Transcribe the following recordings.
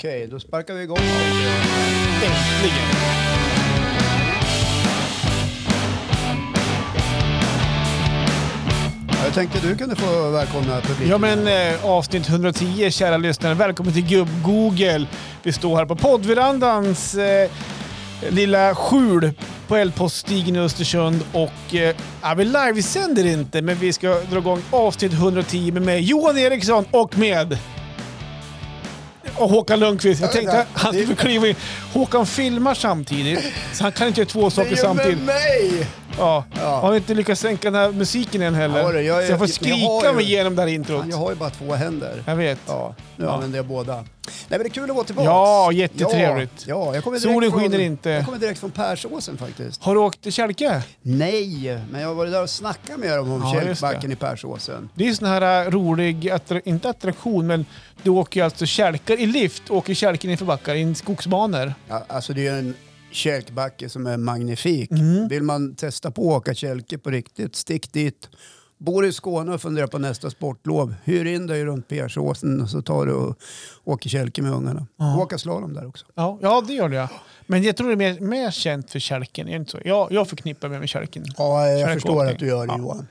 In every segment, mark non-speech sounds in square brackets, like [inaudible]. Okej, då sparkar vi igång. Äntligen! Jag tänkte du kunde få välkomna publiken. Ja men eh, avsnitt 110 kära lyssnare. Välkommen till Gubb-Google. Vi står här på poddverandans eh, lilla skjul på Eldpoststigen i Östersund och eh, ja, vi livesänder inte men vi ska dra igång avsnitt 110 med mig Johan Eriksson och med och Håkan Lundqvist. Jag tänkte att han skulle kliva in. Håkan filmar samtidigt, så han kan inte göra två det är saker ju med samtidigt. mig! Ja. Ja. Har inte lyckats sänka den här musiken än heller. Ja, det- jag- så jag jag- får jag har skrika ju- mig igenom det här introt. Jag har ju bara två händer. Jag vet. Ja, nu Ja. använder jag båda. Nej men det är kul att vara tillbaka. Ja, jättetrevligt. Ja, ja, jag kommer direkt Solen från, skiner inte. Jag kommer direkt från Persåsen faktiskt. Har du åkt till Kälke? Nej, men jag har varit där och snackat med dem om Ja, just det. Kälkbacken i Persåsen. Det är ju sån här äh, rolig, attra- inte attraktion, men du åker ju alltså kälkar i lift, åker kälken inför backar i skogsbanor. Ja, alltså det är ju en kälkbacke som är magnifik. Mm. Vill man testa på att åka kälke på riktigt, stick dit. Bor i Skåne och funderar på nästa sportlov, hyr in dig runt Persåsen och så tar du och åker kälke med ungarna. Åka slalom där också. Ja, ja det gör det ja. Men jag tror det är mer, mer känt för kälken, är det inte så? Jag, jag förknippar mig med kälken. Ja, jag Kälkåkning. förstår att du gör det Johan.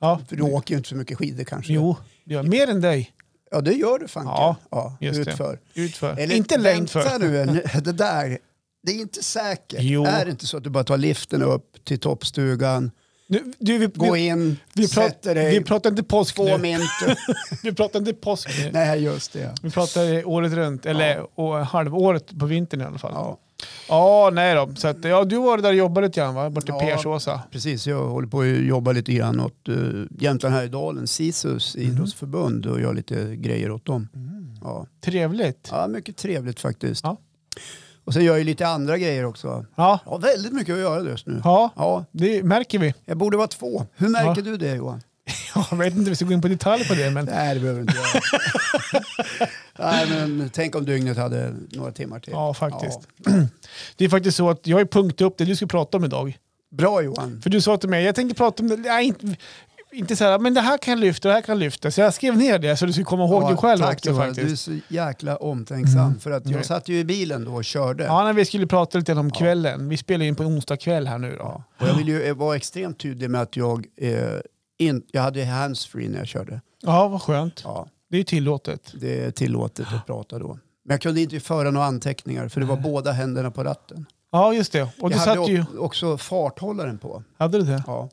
Ja. För du åker ju inte så mycket skidor kanske. Jo, det gör jag. Mer än dig. Ja, det gör du fanken. Ja, Ja, just det. utför. Utför. Eller, inte längd för. Vänta [laughs] nu, nu, det där. Det är inte säkert. Jo. Är det inte så att du bara tar liften upp till toppstugan, Nu, du, vi, gå vi, in, vi, sätter pratar, dig, vi pratar inte påsk två nu. minuter. [laughs] Vi pratar inte påsk nu. [laughs] Nej, just det. Vi pratar året runt, eller å- halvåret på vintern i alla fall. Ja, Ja. nej då. Så att, ja, du var där och jobbade lite grann va? Borta i Ja. Persåsa. Precis, jag håller på att jobba lite grann åt uh, Jämtland Härjedalen, SISUs idrottsförbund och gör lite grejer åt dem. Ja. Trevligt. ja, mycket trevligt faktiskt. Ja. Och sen gör jag ju lite andra grejer också. Ja, Ja, väldigt mycket att göra just nu. ja. Ja, det märker vi. [laughs] jag borde vara två. Hur märker Ja. du det Johan? Jag vet inte om vi ska gå in på detalj på det, men Nej, det behöver du inte göra. [laughs] Nej, men tänk om dygnet hade några timmar till. ja, faktiskt. Det är faktiskt så att jag har punktat upp det du ska prata om idag. Bra Johan. För du sa till mig, jag tänker prata om det, nej, inte, inte så här, men det här kan jag lyfta och det här kan jag lyfta. Så jag skrev ner det så du skulle komma ihåg Ja, det själv tack, också Johan. faktiskt. Mm. Du är så jäkla omtänksam. För att Nej. jag satt ju i bilen då och körde. Ja, när vi skulle prata lite om kvällen. Vi spelar in på en onsdag kväll här nu då. Ja. Och jag vill ju eh, vara extremt tydlig med att jag, eh, in, jag hade handsfree när jag körde. Ja, vad skönt. Ja, Det är ju tillåtet. det är tillåtet att prata då. Men jag kunde inte föra några anteckningar för det var båda händerna på ratten. Ja, just det. Och du jag hade satt ju... o- också farthållaren på. Hade du det? Ja.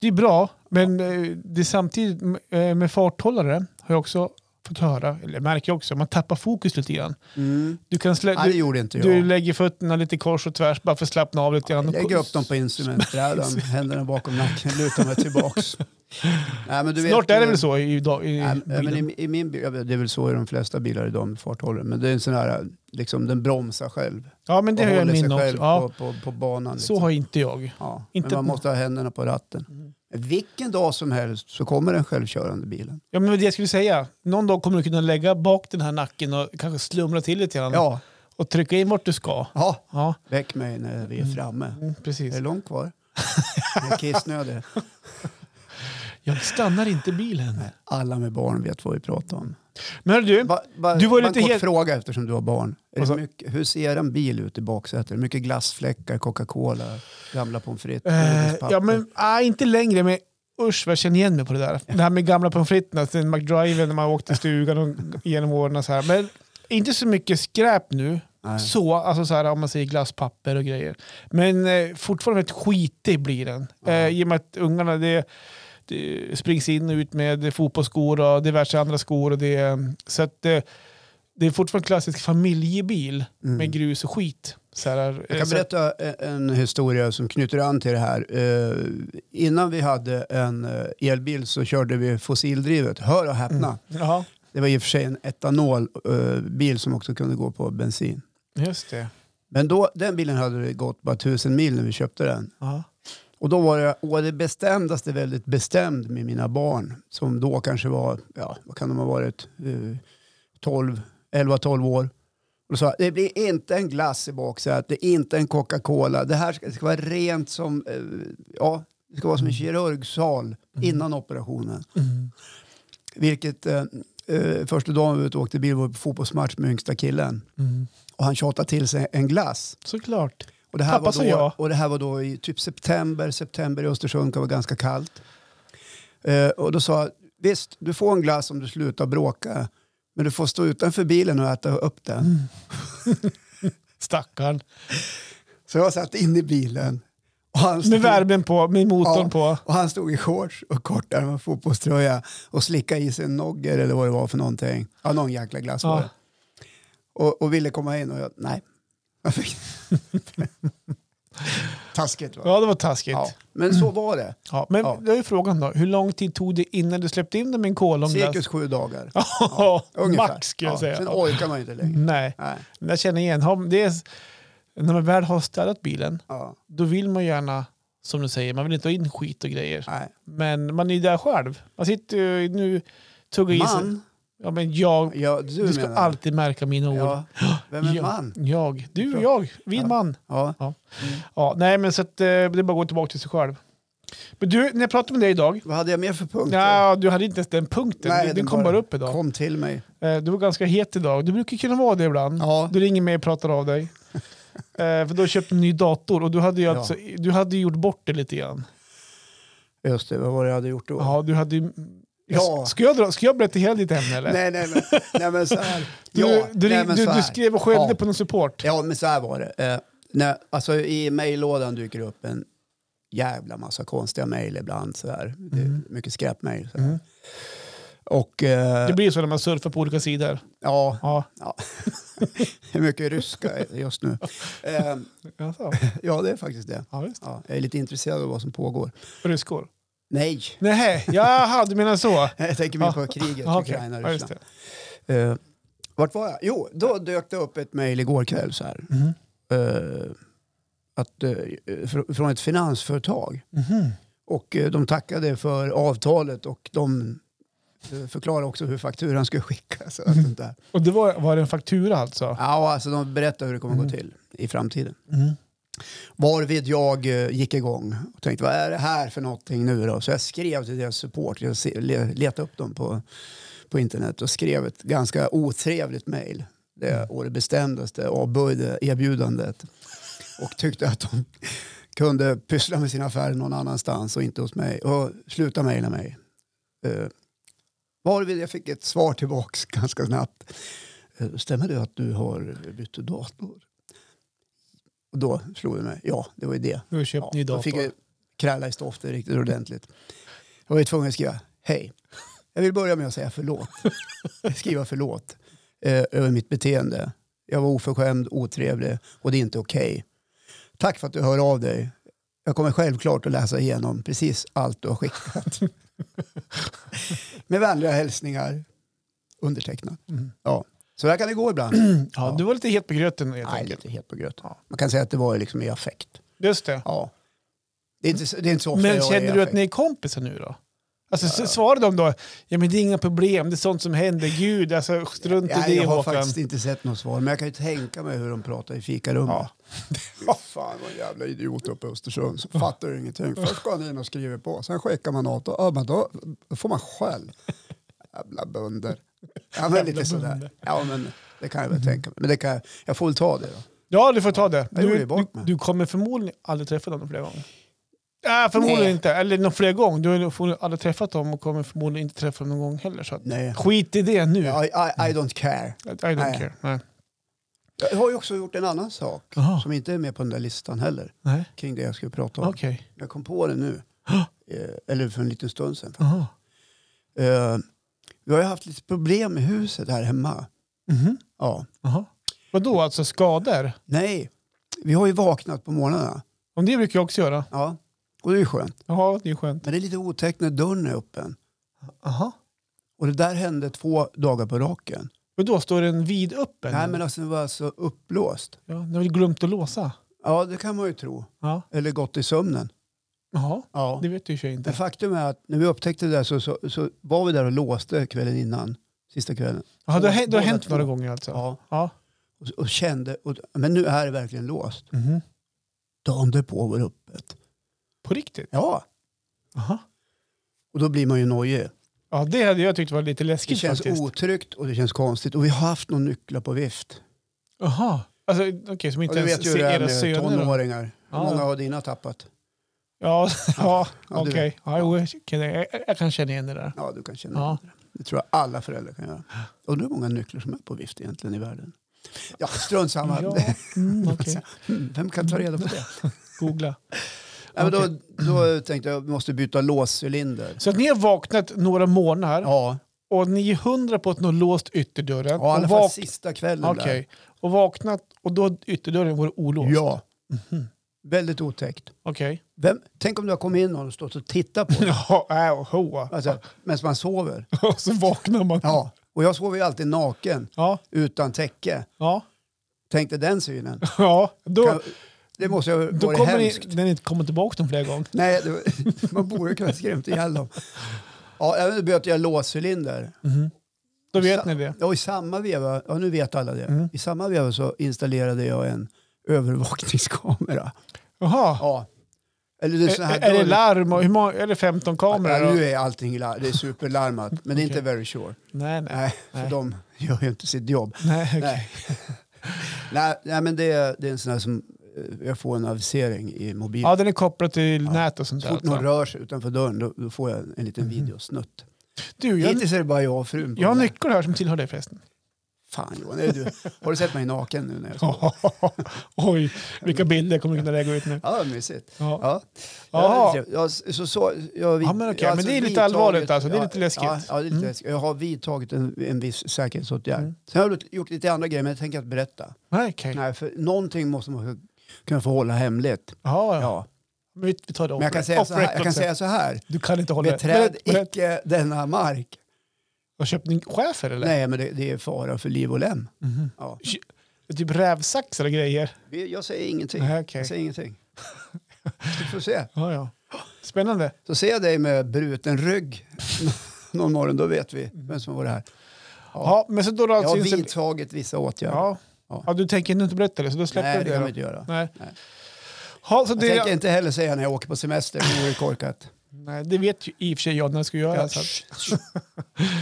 Det är bra, men eh, det är samtidigt eh, med farthållare har jag också fått höra, eller märker jag också, man tappar fokus lite grann. Mm. Du, kan slä, Nej, det du, gjorde inte du jag. lägger fötterna lite kors och tvärs bara för att slappna av lite grann. Lägg upp dem på [laughs] instrumentbrädan, händerna bakom nacken, luta mig tillbaks. Nej, men du vet, Snart är det eh, väl så i, dag- i, Nej, men- bilen? men i, i min bil, ja, det är väl så i de flesta bilar idag med farthållare. Men det är en sån här, liksom, den bromsar själv. Ja, men det och har jag håller sig min också. själv Ja, på, liksom. på, på banan. så har inte jag. Ja, Inte- Mm. men man måste ha händerna på ratten. Vilken dag som helst så kommer den självkörande bilen. Ja, men det jag skulle säga, någon dag kommer du kunna lägga bak den här nacken och kanske slumra till lite grann Ja, och trycka in vart du ska. ja. Ja, väck mig när vi är framme. mm, Är precis. det långt kvar? Jag är [laughs] kissnödig. Jag stannar inte bilen. Alla med barn vet vad vi pratar om. Men hörru du, Ba, ba, Du var bara lite en kort helt- fråga eftersom du har barn. Är Alltså- det mycket, hur ser en bil ut i baksätet? Är det Mycket glassfläckar, Coca-Cola, gamla pommes frites, Eh, jordgubbspapper? ja, men ah, inte längre. Men usch vad jag känner igen mig på det där. Det här med gamla pommes fritesen, sen McDriven när man åkte i stugan och genom åren och så här. Men inte så mycket skräp nu. Nej. Så, alltså så här, om man säger glasspapper och grejer. Men eh, fortfarande väldigt skitig blir den. Eh, I och med att ungarna det, det springs in och ut med fotbollsskor och diverse andra skor. Och det, så att, eh, det är fortfarande en klassisk familjebil med grus och skit. Så här, Mm. Jag eh, kan så att- berätta e- en historia som knyter an till det här. Eh, innan vi hade en eh, elbil så körde vi fossildrivet. Hör och häpna. Ja, Det var i och för sig en etanolbil som också kunde gå på bensin. just det. Men då, den bilen hade det gått bara tusen mil när vi köpte den. Ja. Och då var jag å det bestämdaste väldigt bestämd med mina barn. Som då kanske var, ja vad kan de ha varit, eh, 12, 11-12 år. Och då sa jag, det blir inte en glass i baksätet, det är inte en Coca-Cola. Det här ska, det ska vara rent som, eh, ja, Mm. det ska vara som en kirurgsal innan operationen. Vilket eh, eh, första dagen vi var ute och åkte bil var vi på fotbollsmatch med yngsta killen. Mm. Och han tjatade till sig en glass. Såklart. Och det, här Pappa var sa då, ja. och det här var då i typ september. September i Östersund kan vara ganska kallt. Eh, och då sa jag, visst du får en glass om du slutar bråka. Men du får stå utanför bilen och äta upp den. Mm. Stackarn. Så jag satt inne i bilen. Och han Med stod- värmen på, med motorn Ja. på. Och han stod i shorts och kortärmad fotbollströja och slickade i sig en nogger eller vad det var för någonting. Ja, någon jäkla glass var Ja. det. och, och ville komma in och jag, nej. Jag fick- [laughs] Taskigt va? Ja, det var taskigt. Ja, Ja. Men så var det. men Ja. då är frågan då, hur lång tid tog det innan du släppte in dem i en kolomglass? Cirkus sju dagar. [laughs] Ja, Ungefär. max skulle jag Ja, säga. Mm. Sen orkar man ju inte längre. Nej, Nej. men jag känner igen honom. Det är, när man väl har städat bilen, Ja. då vill man gärna, som du säger, man vill inte ha in skit och grejer. Nej. Men man är ju där själv. Man sitter ju nu, tuggar i sig. Man? Ja, men jag, Ja, du, du ska menar. alltid märka mina ord. Ja. Vem är Ja, man? Jag, du och jag, vi är en Ja. man. Ja. Ja, nej, men så att, eh, det är bara att gå tillbaka till sig själv. Men du, när jag pratade med dig idag, Vad hade jag mer för punkter? ja, du hade inte ens den punkten, Nej, den, den kom bara- bara upp idag. Kom till mig. Eh, Du var ganska het idag. Du brukar kunna vara det ibland. Ja. Du ringer mig och pratar [laughs] av dig. Eh, För då köpte du en ny dator och du hade ju, Ja. alltså, du hade ju gjort bort det lite grann. Just det, vad var det jag hade gjort då? Ja, du hade ju... Ja. Ska, jag dra, ska jag berätta hela ditt ämne eller? Nej, nej, men, nej, men så här. [laughs] Du, Ja, du, nej, ring- men du, så du här. skrev och skällde Ja. på någon support. Ja, men så här var det. Eh, när, alltså, I mejllådan dyker det upp en jävla massa konstiga mejl ibland. Så där. Det är Mm. mycket skräpmejl. Så Mm. här. Och eh, Det blir så när man surfar på olika sidor. ja, Ja. [laughs] det är mycket ryska just nu. Eh, Jaså. ja, det är faktiskt det. Ja, just. Ja, jag är lite intresserad av vad som pågår. [laughs] Ryskor. Nej, Nej, jaha, du menar så. jag tänker mer på kriget i Ja, Ah, okej. Ukraina och Ja, just Ryssland. det. Eh, vart var jag? Jo, då dök det upp ett mejl igår kväll. Så här. Mhm. eh, att, eh, fr- från ett finansföretag. Mhm. Och eh, de tackade för avtalet och de eh, förklarade också hur fakturan skulle skickas. Och allt sånt där. Och det var, var det en faktura alltså? Ja, alltså de berättade hur det kommer gå till i framtiden. Mm. Varvid jag eh, gick igång och tänkte vad är det här för någonting nu då? Så jag skrev till deras support, jag se- le- letade upp dem på, på internet och skrev ett ganska otrevligt mejl. Det å det bestämdaste avböjde erbjudandet och tyckte att de kunde pyssla med sina affärer någon annanstans och inte hos mig. Och sluta mejla mig. Eh, varvid jag fick ett svar tillbaks [laughs] ganska snabbt. Eh, stämmer det att du har bytt dator? Och då slog det mig, ja det var ju det. Du har köpt Ja, ny dator. då fick jag kräla i stoften riktigt ordentligt. Jag var ju tvungen att skriva, hej. Jag vill börja med att säga förlåt. [laughs] Skriva förlåt eh, över mitt beteende. Jag var oförskämd, otrevlig och det är inte okej. Tack för att du hör av dig. Jag kommer självklart att läsa igenom precis allt du har [laughs] skickat. med vänliga hälsningar, undertecknad. Mm. Ja. Så där kan det gå ibland. [clears throat] Ja, Ja. du var lite het på gröten helt Nej, det är enkelt. inte helt på gröten. Ja. Man kan säga att det var ju liksom i affekt. Just det. Ja. Det är inte, så- det är inte så ofta Men jag känner är du att affekt. ni är kompisar nu då? Alltså, s- Svarar de då, ja men det är inga problem, det är sånt som händer, gud, alltså, strunt Nej, i det Jag har Håkan. faktiskt inte sett något svar, men jag kan ju tänka mig hur de pratar i fikarummet. [laughs] Ja. fan vad en jävla idiot uppe i Östersund som fattar ju ingenting. Först går han in och skriver på, sen skickar man åt och ja, men då då får man skäll. Jävla bönder. Ja men lite sådär. Ja men det kan jag väl tänka mig. Men det kan, jag- jag får väl ta det då. Ja, du får ta det. Jag gjorde ju Du, du, bort mig. du kommer förmodligen aldrig träffa dem fler gånger. Nej, förmodligen Nej. inte. Eller någon fler gång. Du har nog förmodligen aldrig träffat dem och kommer förmodligen inte träffa dem någon gång heller. Så att, Nej. skit i det nu. I, I, I don't care. I don't Nej. care. Nej. Jag har ju också gjort en annan sak Jaha. som inte är med på den där listan heller. Nej. Kring det jag skulle prata om. Okej. Jag kom på det [gasps] nu. Eh, Eller för en liten stund sedan. Jaha. Eh, vi har ju haft lite problem med huset här hemma. Mhm. Ja. Jaha. Vadå, alltså skador? Nej, vi har ju vaknat på morgnarna. Om det brukar jag också göra. Ja. Och det är ju skönt. Jaha, det är skönt. Men det är lite otäckt när dörren är öppen. Aha. Och det där hände två dagar på raken. Men då står den vidöppen? Nej men alltså det var så uppblåst. Ja, den har väl glömt att låsa? Ja det kan man ju tro. Ja. Eller gått i sömnen. Jaha, Ja. det vet ju i och för sig Men inte. faktum är att när vi upptäckte det där så, så, så var vi där och låste kvällen innan. Sista kvällen. Jaha, det har, hä- det har Båda hänt två. några gånger alltså? Ja. Ja. Och, och kände, och, men nu är det verkligen låst. Mhm. Dagen därpå var det öppet. På riktigt? Ja. Jaha. Och då blir man ju nojig. Ja, det hade jag tyckt var lite Det läskigt känns faktiskt. otryggt och det känns konstigt. Och vi har haft några nycklar på vift. Jaha. Alltså, okej, som Och inte du ens vet ju hur ser det är era med söner. då. tonåringar. Hur Ja. många har dina tappat? Ja, [laughs] ja Ja, du okej. vet. Ja, jo, jag, kan- jag, jag kan känna igen det där. Ja, du kan känna Ja. Det tror jag alla föräldrar kan göra. Undrar hur många nycklar som är på vift egentligen i världen. Ja, strunt samma. Ja, mm, okej. Mm, [laughs] Vem kan ta reda på [laughs] det? Googla. Ja, men då, då tänkte jag att vi måste byta låscylinder. Så att ni har vaknat några morgnar Ja, och ni är hundra på att ni har låst ytterdörren. ja i alla och, fall vak- sista kvällen okej. och vaknat och då har ytterdörren var där. olåst. Ja. Mhm. Väldigt otäckt. Okej. Vem, tänk om du har kommit in och stått och tittat på det. Ja, äh, och hoa. [laughs] Alltså, medan man sover. Och så vaknar man. Ja. Och jag sover ju alltid naken, Ja, utan täcke. ja, Tänk dig den synen. ja. Då, Kan, det måste ju ha då varit kommer ni, hemskt. den inte komma tillbaka dem flera gånger. Nej, det, [laughs] var- man borde kunna skrämt ihjäl dem. Ja, även bytte jag låscylinder. Mm. Då vet Så- ni det. Och i samma veva, ja nu vet alla det, Mm. i samma veva så installerade jag en övervakningskamera. Jaha. Ja. Eller det är, Är, sån här är det dörr- larm? Och hur många, är det 15 kameror? Ja, och- nu är allting larm, det är superlarmat, men det är inte very sure. Nej, nej. Nej, för Nej. de gör ju inte sitt jobb. nej, okej. Nej. [laughs] nej, nej, men det är, det är en sån här som, eh, jag får en avisering i mobilen. Ja, den är kopplad till nät och sånt Så där. fort någon alltså. rör sig utanför dörren då, då får jag en, en liten Mhm. videosnutt. Du, jag, Hittills är det bara jag och frun på jag har den där. nycklar här som tillhör [laughs] dig förresten. Fan Johan, är det du? har du sett mig naken nu? När jag står? Oj, vilka bilder kommer kunna lägga ut nu. Ja, vad mysigt. Ja. Ja. Jaha. Ja, så, så, jag, Ja, men okej, jag har men det är lite vidtagit- allvarligt alltså, det är lite läskigt. Ja, ja, det är lite Mm. läskigt. Jag har vidtagit en, en viss säkerhetsåtgärd. Mm. Sen har jag gjort lite andra grejer, men jag tänker att berätta. Nej, okej. Nej, för någonting måste man kunna få hålla hemligt. Ja, ja. Ja. Men vi, vi tar det Men jag kan off- säga off så här, jag kan record sen. säga så här. Du kan inte hålla beträd Men- men- icke denna mark. Har köpt en schäfer eller? Nej, men det, det är fara för liv och lem. Mhm. Ja. Det är Typ rävsaxar och grejer? Vi- Jag säger ingenting. Nej, okej. Jag säger ingenting. Vi får se. Ja, ja. Spännande. Så ser jag dig med bruten rygg [laughs] någon morgon, då vet vi vem som var det här. Ja. men så då då Jag har syns Alltså, det- vidtagit vissa åtgärder. ja. Ja. ja, du tänker inte berätta det så då släpper Nej, det du det? kan vi då. inte göra. Nej. Nej. Ja, så Jag det, tänker inte heller säga när jag åker på semester, det vore [laughs] korkat. nej, det vet ju i och för sig jag när jag ska göra. Ja, Så att, shh, shh.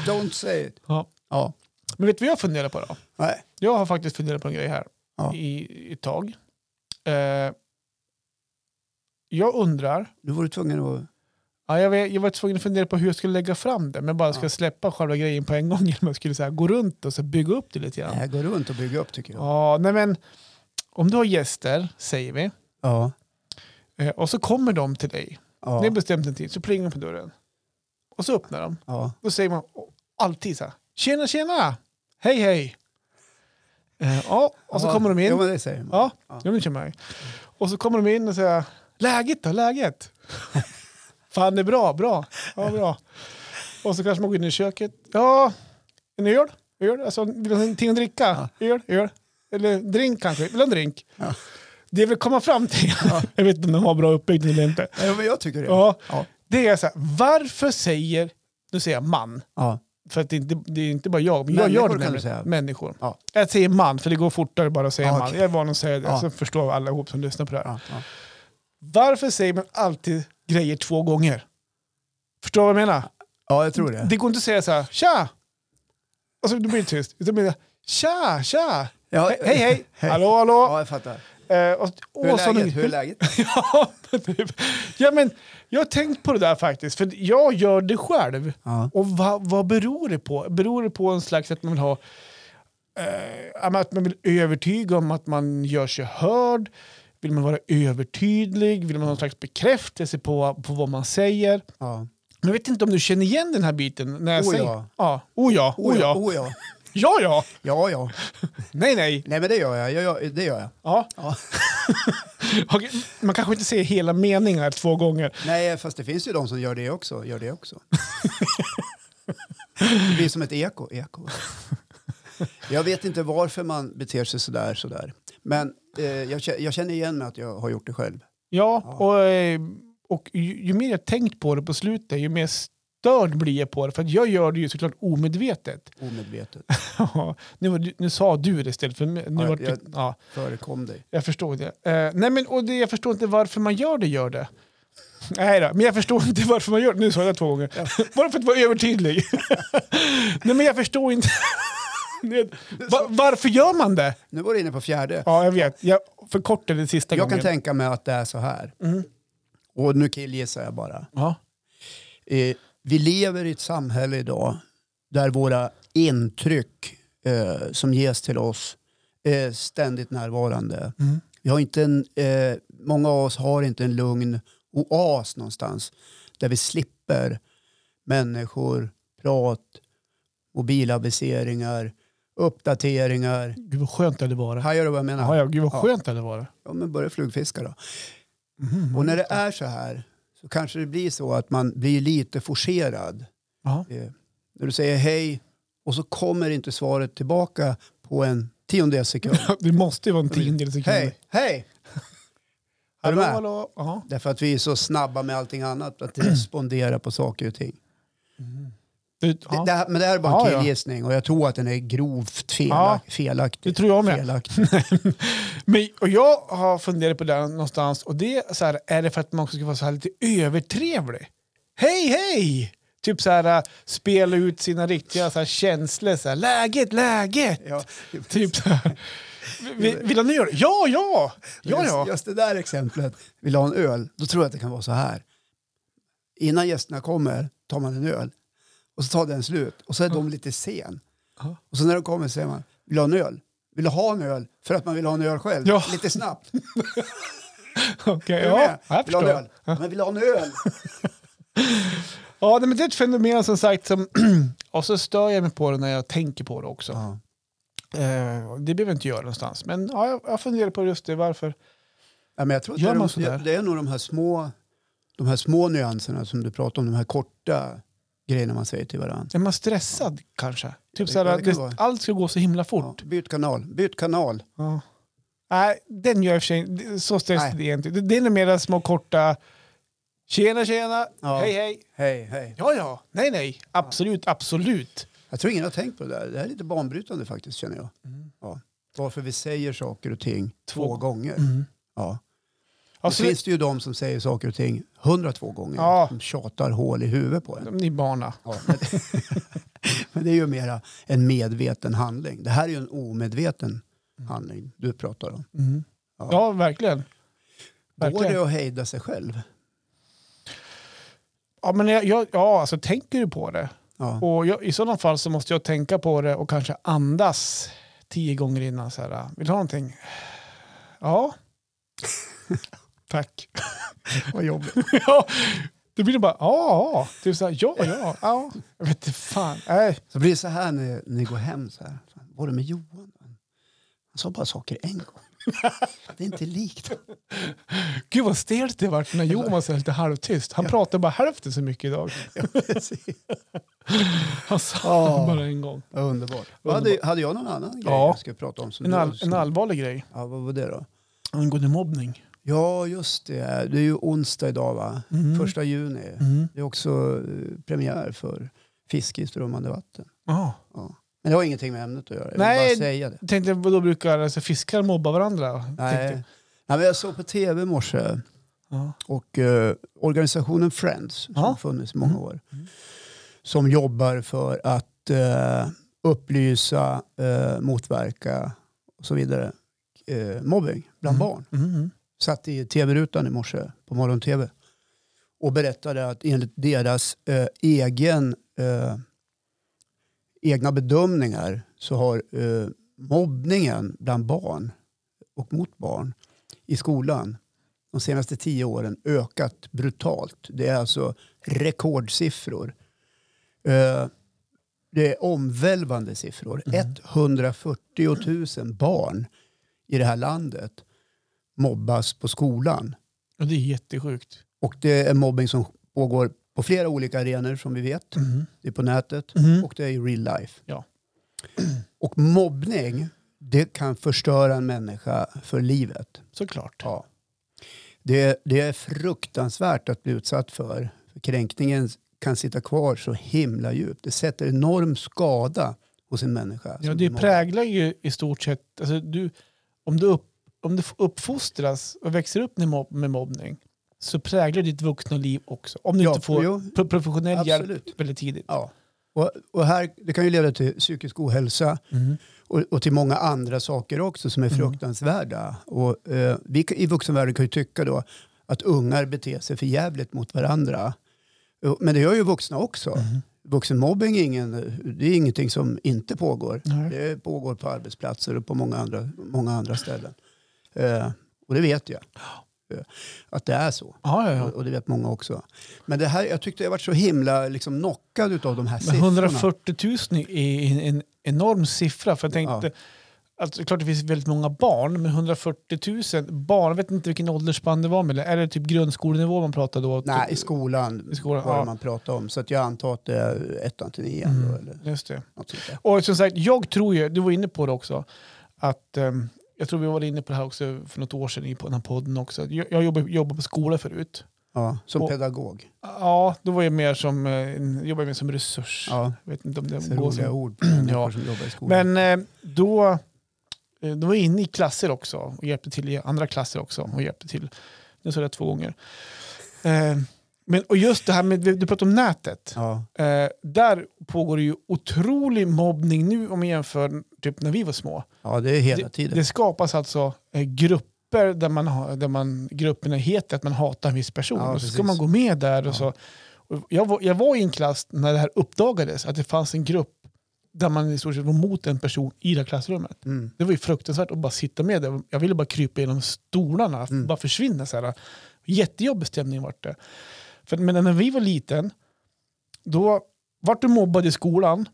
Don't say it. ja. Ja. Men vet du vad jag funderar på då? Nej. Jag har faktiskt funderat på en grej här Ja. i, i ett tag. Eh, jag undrar, Nu var du tvungen att... ja, jag, vet, jag var tvungen att fundera på hur jag skulle lägga fram det, men bara ska Ja. släppa själva grejen på en gång [laughs] eller om jag skulle så här, gå runt och så bygga upp det lite grann. Nej, gå runt och bygga upp tycker jag. Ja, nej men om du har gäster, säger vi, Ja. eh, och så kommer de till dig. Ja. Ni har bestämt en tid, så plingar de på dörren. Och så öppnar de. ja. Då säger man alltid så här, tjena tjena, hej hej. Eh, Ja, och så Ja. kommer de in. Jo, men det säger man. Ja, ja. men kör mig. Och så kommer de in och säger, läget då, läget? [laughs] Fan det är bra, bra, ja bra. Och så kanske man går in i köket, ja, en öl, öl, alltså vill du ha någonting att dricka? Öl, öl, eller drink kanske, vill du ha en drink? Ja. Det vi kommer fram till, [laughs] jag vet inte om de har bra uppbyggnad eller inte, Ja, men jag tycker det. ja, Ja. det är så här, varför säger, nu säger jag man, Ja. för att det, är inte, det är inte bara jag, men jag Människor gör det kan du nämligen. säga. Människor. Ja. Jag säger man, för det går fortare bara att säga Ja, man. okej. Jag är van att säga det, Ja. så förstår alla ihop som lyssnar på det här. Ja. Ja. Varför säger man alltid grejer två gånger? Förstår du vad jag menar? ja, jag tror det. Det går inte att säga så här, tja! Och så då blir det tyst. Utan blir det, tja, tja! Ja. He- Hej, hej! Hallå, hallå! Ja, jag fattar. Eh, och, Hur är åh, sån- läget? Hur är läget? [laughs] ja, men typ. ja, men jag har tänkt på det där faktiskt, för jag gör det själv. Ja. Och vad, vad beror det på? Beror det på en slags att man vill ha eh, ja, men att man vill övertyga om att man gör sig hörd? Vill man vara övertydlig? Vill man ha en slags bekräftelse på, på vad man säger? Ja. Men Jag vet inte om du känner igen den här biten när jag Oh ja. säger... Ja. Oh ja, oh ja. Oh, ja. Ja, ja. Ja, ja. Nej, nej. Nej, men det gör jag. jag, gör- det gör jag. Ja. Ja. [laughs] Okej, Man kanske inte säger hela meningar två gånger. Nej, fast det finns ju de som gör det också. Gör det också. det blir som ett eko. eko. Jag vet inte varför man beter sig sådär. sådär. Men eh, jag, kä- jag känner igen mig att jag har gjort det själv. Ja, och, eh, och ju, ju mer jag tänkt på det på slutet, ju mer störd blir jag på det. För att jag gör det ju såklart omedvetet. Omedvetet. Ja, [laughs] nu, var du- nu sa du det istället för mig. nu Ja, var det, jag- ja, Förekom dig. jag förstår det. Eh, nej men, och det. Jag förstår inte varför man gör det, gör det. Nej då, men jag förstår [laughs] inte varför man gör det. Nu sa jag det två gånger. [laughs] Bara för att vara övertydlig. [laughs] Nej men jag förstår inte. [laughs] Nej, Va, varför gör man det? Nu var du inne på fjärde. Ja, jag vet. Jag förkortade det sista jag gången. kan tänka mig att det är så här. Och nu killgissar jag bara. ja. Eh, vi lever i ett samhälle idag där våra intryck eh, som ges till oss är ständigt närvarande. Vi har inte en, eh, många av oss har inte en lugn oas någonstans där vi slipper människor, prat, mobilaviseringar, uppdateringar. Gud vad skönt det hade varit. Hajar du vad jag menar? Ja, ja, gud vad Ja. skönt det hade varit. Ja, men börja flugfiska då. Mhm, Och när det är så här så kanske det blir så att man blir lite forcerad. Ja. Eh, när du säger hej och så kommer inte svaret tillbaka på en tiondels sekund. Det måste ju vara en tiondel [laughs] sekund. hej, hej! Är du Hallå, med? hallå. Ja. Därför att vi är så snabba med allting annat [clears throat] att respondera på saker och ting. Du, Det, det, ja. här- men det här är bara Ja, en ja. killgissning och jag tror att den är grovt Ja. felak- felaktig. Det tror jag med. Felaktig. [laughs] Men, och jag har funderat på det här någonstans. Och det är, så här, är det för att man också ska vara så här lite övertrevlig? Hej, hej! Typ så här, äh, spela ut sina riktiga så här, känslor. Så här, läget, läget! [laughs] Ja. Typ så här. Vill, vill han göra det? Ja, ja! ja, Just, ja. just det där exemplet, vill ha en öl, då tror jag att det kan vara så här. Innan gästerna kommer tar man en öl och så tar den slut och så är de lite sen. Ja. Och så när de kommer säger man, vill du ha en öl? Vill du ha en öl? För att man vill ha en öl själv, Ja. lite [laughs] snabbt. Okej, Är du med? ja, jag vill du ha en förstår. öl? Men vill du ha en öl? Ja, nej, men det är ett fenomen som sagt som... [clears throat] och så stör jag mig på det när jag tänker på det också. Ja. Eh, det behöver jag inte göra någonstans. Men ja, jag, jag funderar på just det, varför? Ja, men jag tror att Gör det, är man de, sådär? det, det är nog de här, små, de här små nyanserna som du pratar om, de här korta grejerna man säger till varandra. Är man stressad kanske? Typ Det- så här, det kan det, vara. allt ska gå så himla Ja, fort. byt kanal, byt kanal. Ja. Nej, den gör jag i och för sig det- Så stressad Nej. är jag inte. Det- Det är nog mer små korta... Tjena, tjena! Ja. Hej, hej! Hej, hej. Ja, ja! Nej, nej! Absolut, absolut! Jag tror ingen har tänkt på det där. Det här är lite banbrytande faktiskt känner jag. Ja. Varför vi säger saker och ting Mm. två, Mm. Alltså- Två. gånger. Ja. Ja, det så- finns det ju de som säger saker och ting 102 gånger. Ja. Som tjatar hål i huvudet på en. Ni barna. Ja, men, [laughs] men det är ju mera en medveten handling. Det här är ju en omedveten handling du pratar om. Ja, verkligen. Går verkligen. det att hejda sig själv? Ja, men jag, jag, ja, alltså tänker du på det? Ja. Och jag, I sådana fall så måste jag tänka på det och kanske andas tio gånger innan. Så här, vill du ha någonting? [laughs] Ja. Tack. [laughs] Vad jobbigt. ja. Då blir det bara ja, typ så här, ja, ja, ja. Jag vet inte fan. Nej. Så blir det så här när när ni går hem. Så här. Fan, Var det med Johan? Han sa bara saker en gång. [laughs] Det är inte likt. [laughs] Gud vad stelt det vart när Johan var lite halvtyst. Han pratade bara hälften så mycket idag. Han sa Ja. bara en gång. Ja, underbart. Vad Hade, hade jag någon annan grej Ja. jag skulle prata om? Som En, du- all, en allvarlig grej ja, vad var det då? angående mobbning. Ja, just det. Det är ju onsdag idag, va? Mm. Första juni. Det är också eh, premiär för Fiske i strömmande vatten. Ja. Ja. Men det har ingenting med ämnet att göra. Jag Nej. vill bara säga det. Jag tänkte, då brukar alltså, fiskar mobba varandra? Nej. Tänkte- Nej, men jag såg på tv i morse Ja. och eh, organisationen Friends, som Ja. Mm. har funnits i många år, som jobbar för att eh, upplysa, eh, motverka och så vidare eh, mobbing bland barn. Mm. satt i tv-rutan i morse på morgon-tv och berättade att enligt deras eh, egen, eh, egna bedömningar så har eh, mobbningen bland barn och mot barn i skolan de senaste tio åren ökat brutalt. Det är alltså rekordsiffror. Eh, det är omvälvande siffror. 140 000 barn i det här landet mobbas på skolan. Och det är jättesjukt. Och det är mobbing som pågår på flera olika arenor som vi vet. Det är på nätet Mhm. och det är i real life. Ja. Och mobbning, det kan förstöra en människa för livet. Såklart. Ja. Det, det är fruktansvärt att bli utsatt för. för. Kränkningen kan sitta kvar så himla djupt. Det sätter enorm skada hos en människa. Ja, som det blir mobbad. präglar ju i stort sett, alltså du, om, du upp, om du uppfostras och växer upp med, mobb, med mobbning så präglar ditt vuxna liv också. Om du Ja, inte får jo. pro- professionell Absolut. hjälp väldigt tidigt. Ja. Och, och här, det kan ju leda till psykisk ohälsa och, och till många andra saker också som är fruktansvärda. Och, eh, vi kan- i vuxenvärlden kan ju tycka då att ungar beter sig för jävligt mot varandra. Och- Men det gör ju vuxna också. Vuxenmobbing är, ingen, det är ingenting som inte pågår. Nej. Det pågår på arbetsplatser och på många andra, många andra ställen. Eh, och det vet jag. Eh, Att det är så. Ja, ja, ja. Och- Och det vet många också. Men det här, jag tyckte jag var så himla liksom, knockad av de här Men siffrorna. 140 000 är en, en enorm siffra. För jag tänkte, alltså, det är klart det finns väldigt många barn, men 140 000 barn, jag vet inte vilken åldersspann det var, men är det typ grundskolenivå man pratar då? Nej, i Typ- skolan, I skolan, var det ja. man pratade om. Så att jag antar att det är ettan till nian då, eller Mm, Just det. något sånt där. Och som sagt, jag tror ju, du var inne på det också, att ehm, jag tror vi var inne på det här också för något år sedan i på den här podden också. att Jag, jag jobbade, jobbade på skola förut. Ja, som Och- pedagog. Ja, då var jag mer som, eh, en- jobbade jag mer som resurs. Ja, Jag vet inte om det så går roliga som [clears throat] ord på människor Ja. som jobbar i skolan. Men eh, då, eh, då var jag inne i klasser också och hjälpte till i andra klasser också. Och hjälpte till. Nu sa jag det två gånger. Eh, men, och just det här med, du pratade om nätet. ja, Eh, där pågår det ju otrolig mobbning nu om man jämför typ när vi var små. ja, det är hela Det, tiden. det skapas alltså eh, grupper där, man, har- där man, grupperna heter att man hatar en viss person. Ja, och så ska precis. man gå med där. Ja. Och så. Och jag, var, jag var i en klass när det här uppdagades, att det fanns en grupp där man i stort sett var mot en person i det här klassrummet. Mm. Det var ju fruktansvärt att bara sitta med det. Jag ville bara krypa genom stolarna, att Mm. bara försvinna. Så här. Jättejobbig stämning vart det. För, men när vi var liten, då vart du mobbad i skolan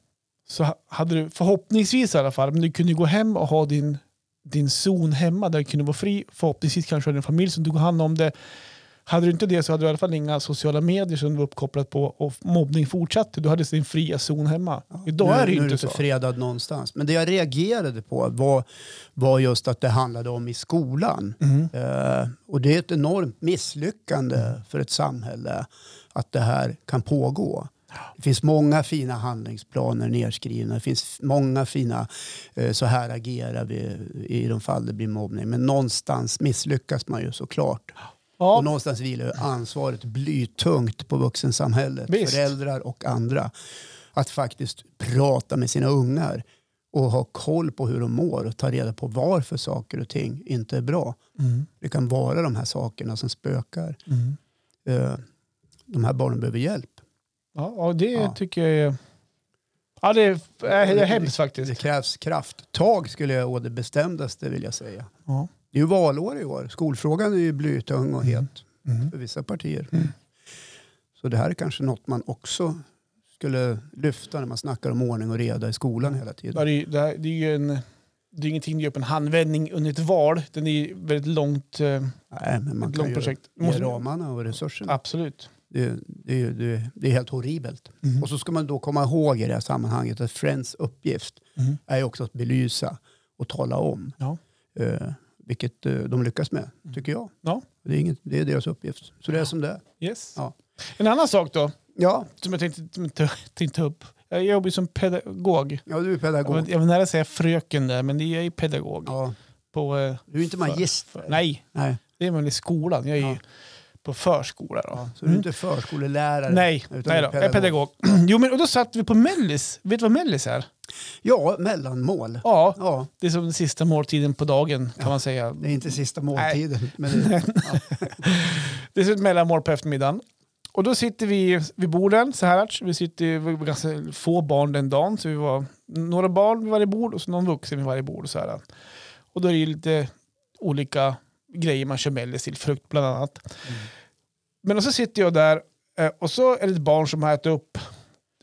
så ha- hade du förhoppningsvis i alla fall, men du kunde ju gå hem och ha din, din zon hemma där du kunde vara fri. Förhoppningsvis kanske du hade en familj som tog hand om det. Hade du inte det så hade du i alla fall inga sociala medier som du var uppkopplad på och mobbning fortsatte. Du hade din fria zon hemma. Idag nu, är det nu ju är inte så. inte fredad någonstans. Men det jag reagerade på var, var just att det handlade om i skolan. Mm. Eh, och det är ett enormt misslyckande för ett samhälle att det här kan pågå. Det finns många fina handlingsplaner nedskrivna. Det finns många fina, eh, så här agerar vi i de fall det blir mobbning. Men någonstans misslyckas man ju såklart. Ja, Och någonstans vilar ju ansvaret blytungt på vuxensamhället, Visst. föräldrar och andra. Att faktiskt prata med sina ungar och ha koll på hur de mår och ta reda på varför saker och ting inte är bra. Mm. Det kan vara de här sakerna som spökar. Mm. Eh, De här barnen behöver hjälp. ja, ja det Ja. tycker jag är... Ja, det är, är, är hemskt Det faktiskt. krävs krafttag skulle jag å det bestämdaste vilja säga. Ja. Det är ju valår i år. Skolfrågan är ju blytung och het Mm. för vissa partier. Så det här är kanske något man också skulle lyfta när man snackar om ordning och reda i skolan hela Ja, tiden. det, är, ju- det, här- det är ju en, det är ingenting du gör på en handvändning under ett val. Den är ju väldigt långt, eh, Nej, men man ett kan långt ju projekt. ge Måste, ramarna och resurserna. absolut. Det, det, det, det är helt horribelt. Mm. Och så ska man då komma ihåg i det här sammanhanget att Friends uppgift Mhm. är ju också att belysa och tala om. Ja. Mm. Eh, vilket eh, de lyckas med, tycker jag. Ja. Det, är inget, det är deras uppgift. Så det är som det är. Yes. Ja. En annan sak då, Ja, som jag tänkte, som jag tänkte ta upp. Jag jobbar ju som pedagog. ja du är Jag var, pedagog. jag var nära att säga fröken där, men det är jag ju pedagog. Ja. På, eh, Du är inte för- magister. för- Nej, Nej. det är man i skolan. Jag är ju Ja. på förskola. Då. Så du är inte förskolelärare. Mm. Nej, utan nej du då. är jag är pedagog. [clears throat] Jo, men, och då satt vi på mellis. Vet du vad mellis är? Ja, mellanmål. Ja, Ja, det är som den sista måltiden på dagen kan man säga. det är inte sista måltiden. Men [laughs] det, Det är så ett mellanmål på eftermiddagen. Och då sitter vi vid borden så här. Vi sitter vi var ganska få barn den dagen. Så vi var några barn vid varje bord och så någon vuxen vid varje bord. Så här. Och då är det ju lite olika grejer man kör mellis till, frukt bland annat. Men och så sitter jag där eh, och så är det ett barn som har ätit upp,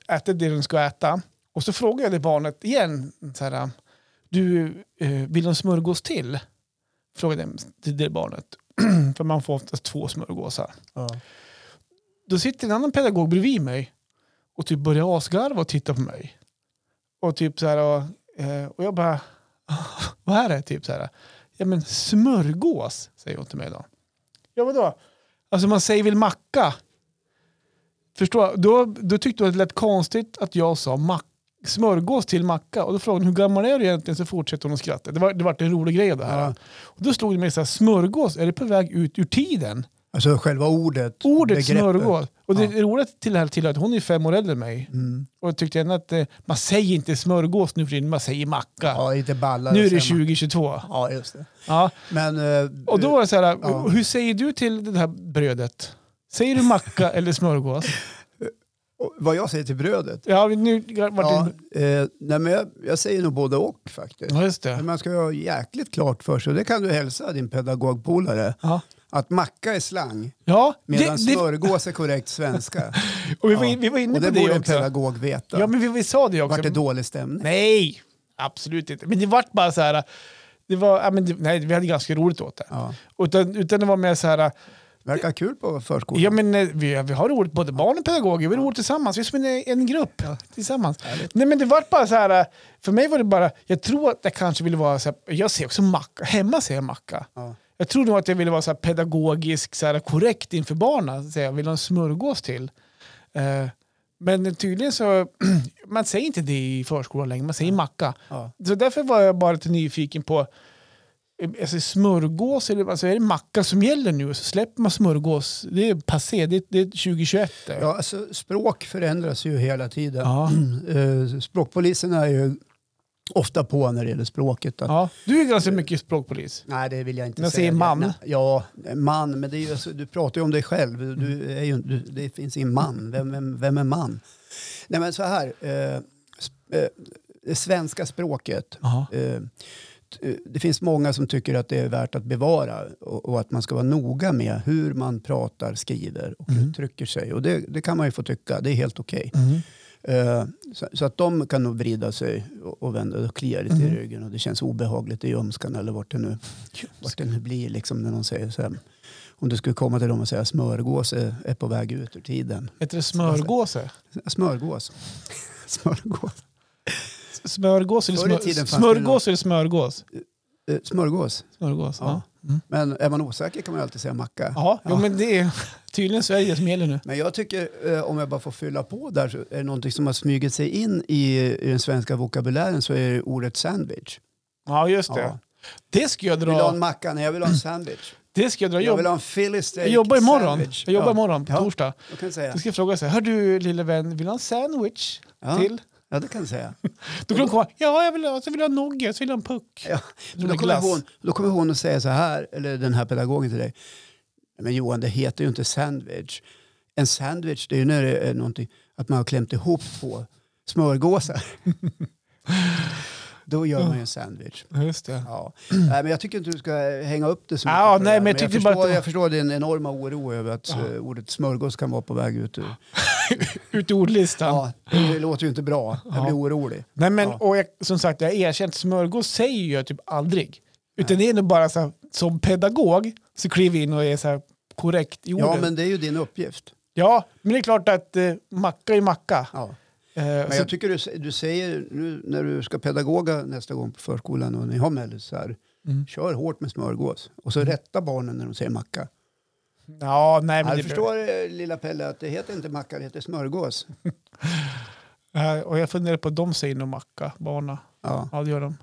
ätit det den ska äta. Och så frågar jag det barnet igen. Så här, du, eh, vill du en smörgås till? Frågade jag till det barnet. [clears throat] För man får oftast två smörgåsar. ja. Då sitter en annan pedagog bredvid mig och typ börjar asgarva och titta på mig. Och typ så här, och, eh, och jag bara, [laughs] vad är det? Typ så här, ja men smörgås, säger hon till mig då. Ja vadå? Alltså man säger väl macka? Förstår jag? Då, då tyckte hon att det lät konstigt att jag sa mack, smörgås till macka. Och då frågade hon hur gammal är du egentligen? Så fortsätter hon att skratta. Det var, det var en rolig grej av det här. Ja. Och då slog det mig så här, smörgås, är det på väg ut ur tiden? Alltså själva ordet. Ordet begreppet. smörgås. Och det Ja. ja. roliga till det här till att hon är fem år äldre än mig. Mm. Och jag tyckte ändå att eh, man säger inte smörgås nu för tiden, man säger macka. Ja, inte ballar. nu är det säger man. 2022. Ja, just det. Ja. Men, eh, Och då var det så här, Ja. hur säger du till det här brödet? Säger [laughs] du macka eller smörgås? eh, vad jag säger till brödet? Ja, men nu vart Ja, det... eh, nej, men jag, jag säger nog både och faktiskt. Ja, just det. Men man ska ju ha jäkligt klart för sig, och det kan du hälsa din pedagogpolare, Ja, att macka är slang ja medan det, det, smörgås är korrekt [laughs] svenska. och vi, var, Ja. vi var inne och på det det borde en också. pedagog veta. Ja, men vi, vi sa det också. Vart det dålig stämning? Nej, absolut inte. Men det vart bara så här, det var, ja, men det, nej, vi hade ganska roligt åt det. Ja. Utan, utan det var mer så här, Verkar kul på förskolan. ja men eh, vi, vi har roligt, både barn och pedagoger, vi har roligt tillsammans, vi är som en, en grupp tillsammans. Härligt. Nej men det vart bara så här, eh, för mig var det bara, jag tror att jag kanske ville vara så här, jag ser också macka, hemma ser jag macka. Ja. Jag tror nog att jag ville vara så här pedagogisk, så här korrekt inför barnen. Så jag vill ha en smörgås till. Eh, men tydligen så, [clears throat] man säger inte det i förskolan längre, man säger macka. Ja. Så därför var jag bara lite nyfiken på, eh, alltså smörgås, eller, alltså är det macka som gäller nu? Så släpper man smörgås, det är passé, det, det är 2021. det. Ja, alltså, språk förändras ju hela tiden. Ja. [clears throat] Eh, språkpoliserna är ju ofta på när det gäller språket. Att, Ja. Du är ganska mycket språkpolis. Nej, det vill jag inte Men jag säga. säger man. Nej, Ja, man, men det är ju, alltså, du pratar ju om dig själv. Du är ju, du, det finns ingen man. Vem, vem, vem är man? Nej, men så här. Eh, sp- eh, det svenska språket. Ja. Eh, t- eh, det finns många som tycker att det är värt att bevara och, och att man ska vara noga med hur man pratar, skriver och Mm. uttrycker sig. Och det, det kan man ju få tycka, det är helt okej. Eh, så, så att de kan nog vrida sig och, och vända och klia lite Mm. i ryggen och det känns obehagligt i ömskan eller vart det nu, vart det nu blir. Liksom, när någon säger så här, om du skulle komma till dem och säga smörgås är, är på väg ut ur tiden. Heter det smörgåse? Smörgås. [laughs] smörgås. Smörgås eller, Förr i tiden smör, fanns det smörgås, eller smörgås? Eh, smörgås. Smörgås, ja. Mm. Ja. Men är man osäker kan man ju alltid säga macka. Ja, jo, men det är tydligen Sverige som gäller nu. Men jag tycker, eh, om jag bara får fylla på där, så är det någonting som har smugit sig in i, i den svenska vokabulären så är det ordet sandwich. Ja, just det. Ja. Det ska jag Vill du ha dra. en macka? Nej, jag vill ha en sandwich. Det ska Mm. jag dra. Jag Jag, vill ha en Philly steak jag jobbar imorgon. sandwich. Jag jobbar ja. imorgon på Ja. torsdag. Jag kan säga. Då ska jag fråga så här, hör du lille vän, vill du ha en sandwich Ja. till? Ja, det kan jag säga. Då kommer hon komma, ja jag vill ha, så vill jag ha nuggets, så vill jag ha en puck. Ja. Som en Då, kommer glass. hon, då kommer hon att säga så här, eller den här pedagogen till dig. Men Johan, det heter ju inte sandwich. En sandwich, det är ju när det är någonting, att man har klämt ihop två smörgåsar. [laughs] då gör man ju en sandwich. Just det. Ja. Nej, men jag tycker inte du ska hänga upp det så mycket. Ja, på det nej, här, men jag tyckte bara förstår, att det var- jag förstår din enorma oro över att eh, ordet smörgås kan vara på väg ut ur... Ut i ordlistan. Ja, det låter ju inte bra. Jag blir orolig. Nej, men, Ja. och jag, som sagt, jag erkänt smörgås säger ju jag typ aldrig. Utan det är nog bara så här, som pedagog så kliver jag in och är så här korrekt i ordet. Ja, men det är ju din uppgift. ja, men det är klart att eh, macka är macka. Ja. Eh, Men så- jag tycker du, sä- du säger nu när du ska pedagoga nästa gång på förskolan och ni har mellisar, Mm. kör hårt med smörgås och så rätta barnen när de säger macka. Ja, nej, men Ja, det du förstår eh, lilla Pelle att det heter inte macka, det heter smörgås. Ja, Eh, och jag funderar på, de säger nog macka, barna. Ja. Ja, det gör de.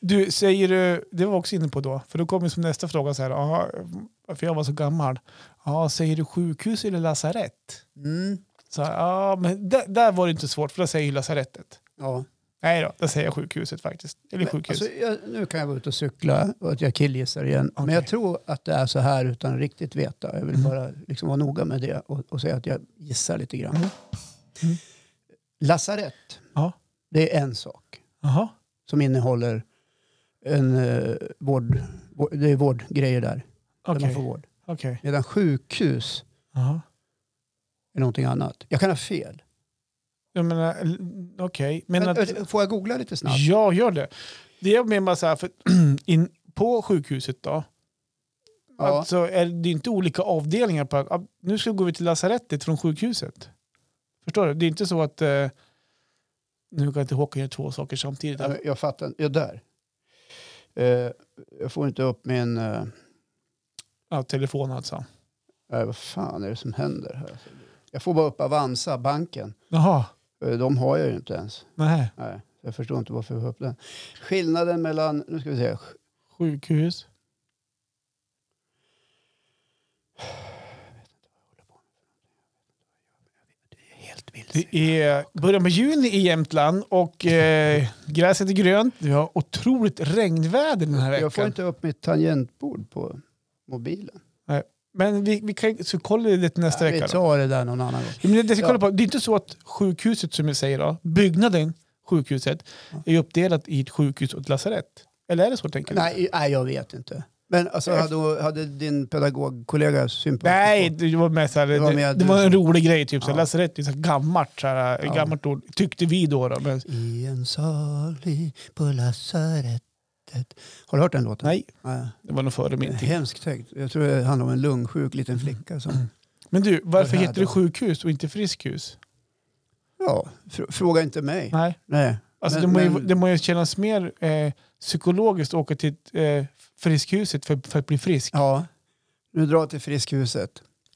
Du, säger du, det var vi också inne på då, för då kommer som nästa fråga så här, aha, för jag var så gammal. Ja, säger du sjukhus eller lasarett? Mm. Så, här, ja, men där, där var det inte svårt, för då säger ju lasarettet. ja. Nej då, där säger jag sjukhuset faktiskt. Eller sjukhus. Alltså, jag, nu kan jag vara ute och cykla och att jag killgissar igen. Men jag tror att det är så här utan att riktigt veta. Jag vill Mm. bara liksom vara noga med det och, och säga att jag gissar lite grann. Mm. Mm. Lasarett, ja. det är en sak Jaha. som innehåller en eh, vård, vår- det är vårdgrejer där. Där man Okej. får vård. Okej. Medan sjukhus Jaha. är någonting annat. Jag kan ha fel. Jag menar, l- okej. Men Men, att, ö, får jag googla lite snabbt? ja, gör det. Det är mer bara så här, för [clears throat] in, på sjukhuset då, Ja. alltså, är det är inte olika avdelningar på, att, nu ska vi gå över till lasarettet från sjukhuset. Förstår du? Det är inte så att, eh, nu kan jag inte Håkan göra två saker samtidigt. Ja, men Jag fattar. Ja, där. Eh, jag får inte upp min... eh, Ja, telefon alltså. Nej, vad fan är det som händer här? Jag får bara upp Avanza, banken. Jaha, Eh, De har jag ju inte ens. nej. Nej, jag förstår inte varför jag får upp den. Skillnaden mellan, nu ska vi se. Sjukhus. direkt vilse. Det är början på juni i Jämtland och eh, gräset är grönt. Vi har otroligt regnväder den här veckan. Jag får inte upp mitt tangentbord på mobilen. Men vi, vi kan, så kollar vi det till nästa Nej, vecka. vi Då. tar det där någon annan gång. Ja, Men det, ska Ja. kolla på, det är inte så att sjukhuset, som jag säger, då, byggnaden, sjukhuset, är uppdelat i ett sjukhus och ett lasarett. Eller är det så, tänker du? Nej, nej, jag vet inte. Men alltså, hade, hade din pedagogkollega synpunkter? Nej, på- det var, med så här, det, Det var var mer att det du- var en rolig grej. Typ, så här, Ja. Lasarett är så här gammalt, så här, Ja. gammalt ord, tyckte vi då. då men, I en salig på lasarettet. Har du hört den låten? nej, Nej. det var nog före min tid. Hemskt högt. Jag tror det handlar om en lungsjuk liten Mm. flicka som... Men du, varför Vad här heter det då? sjukhus och inte friskhus? Ja, fr- fråga inte mig. Nej. Nej. Alltså, Men- det, må ju, men- det må ju kännas mer eh, psykologiskt att åka till eh, friskhuset för, för att bli frisk. Ja. Nu drar jag till Friskhuset.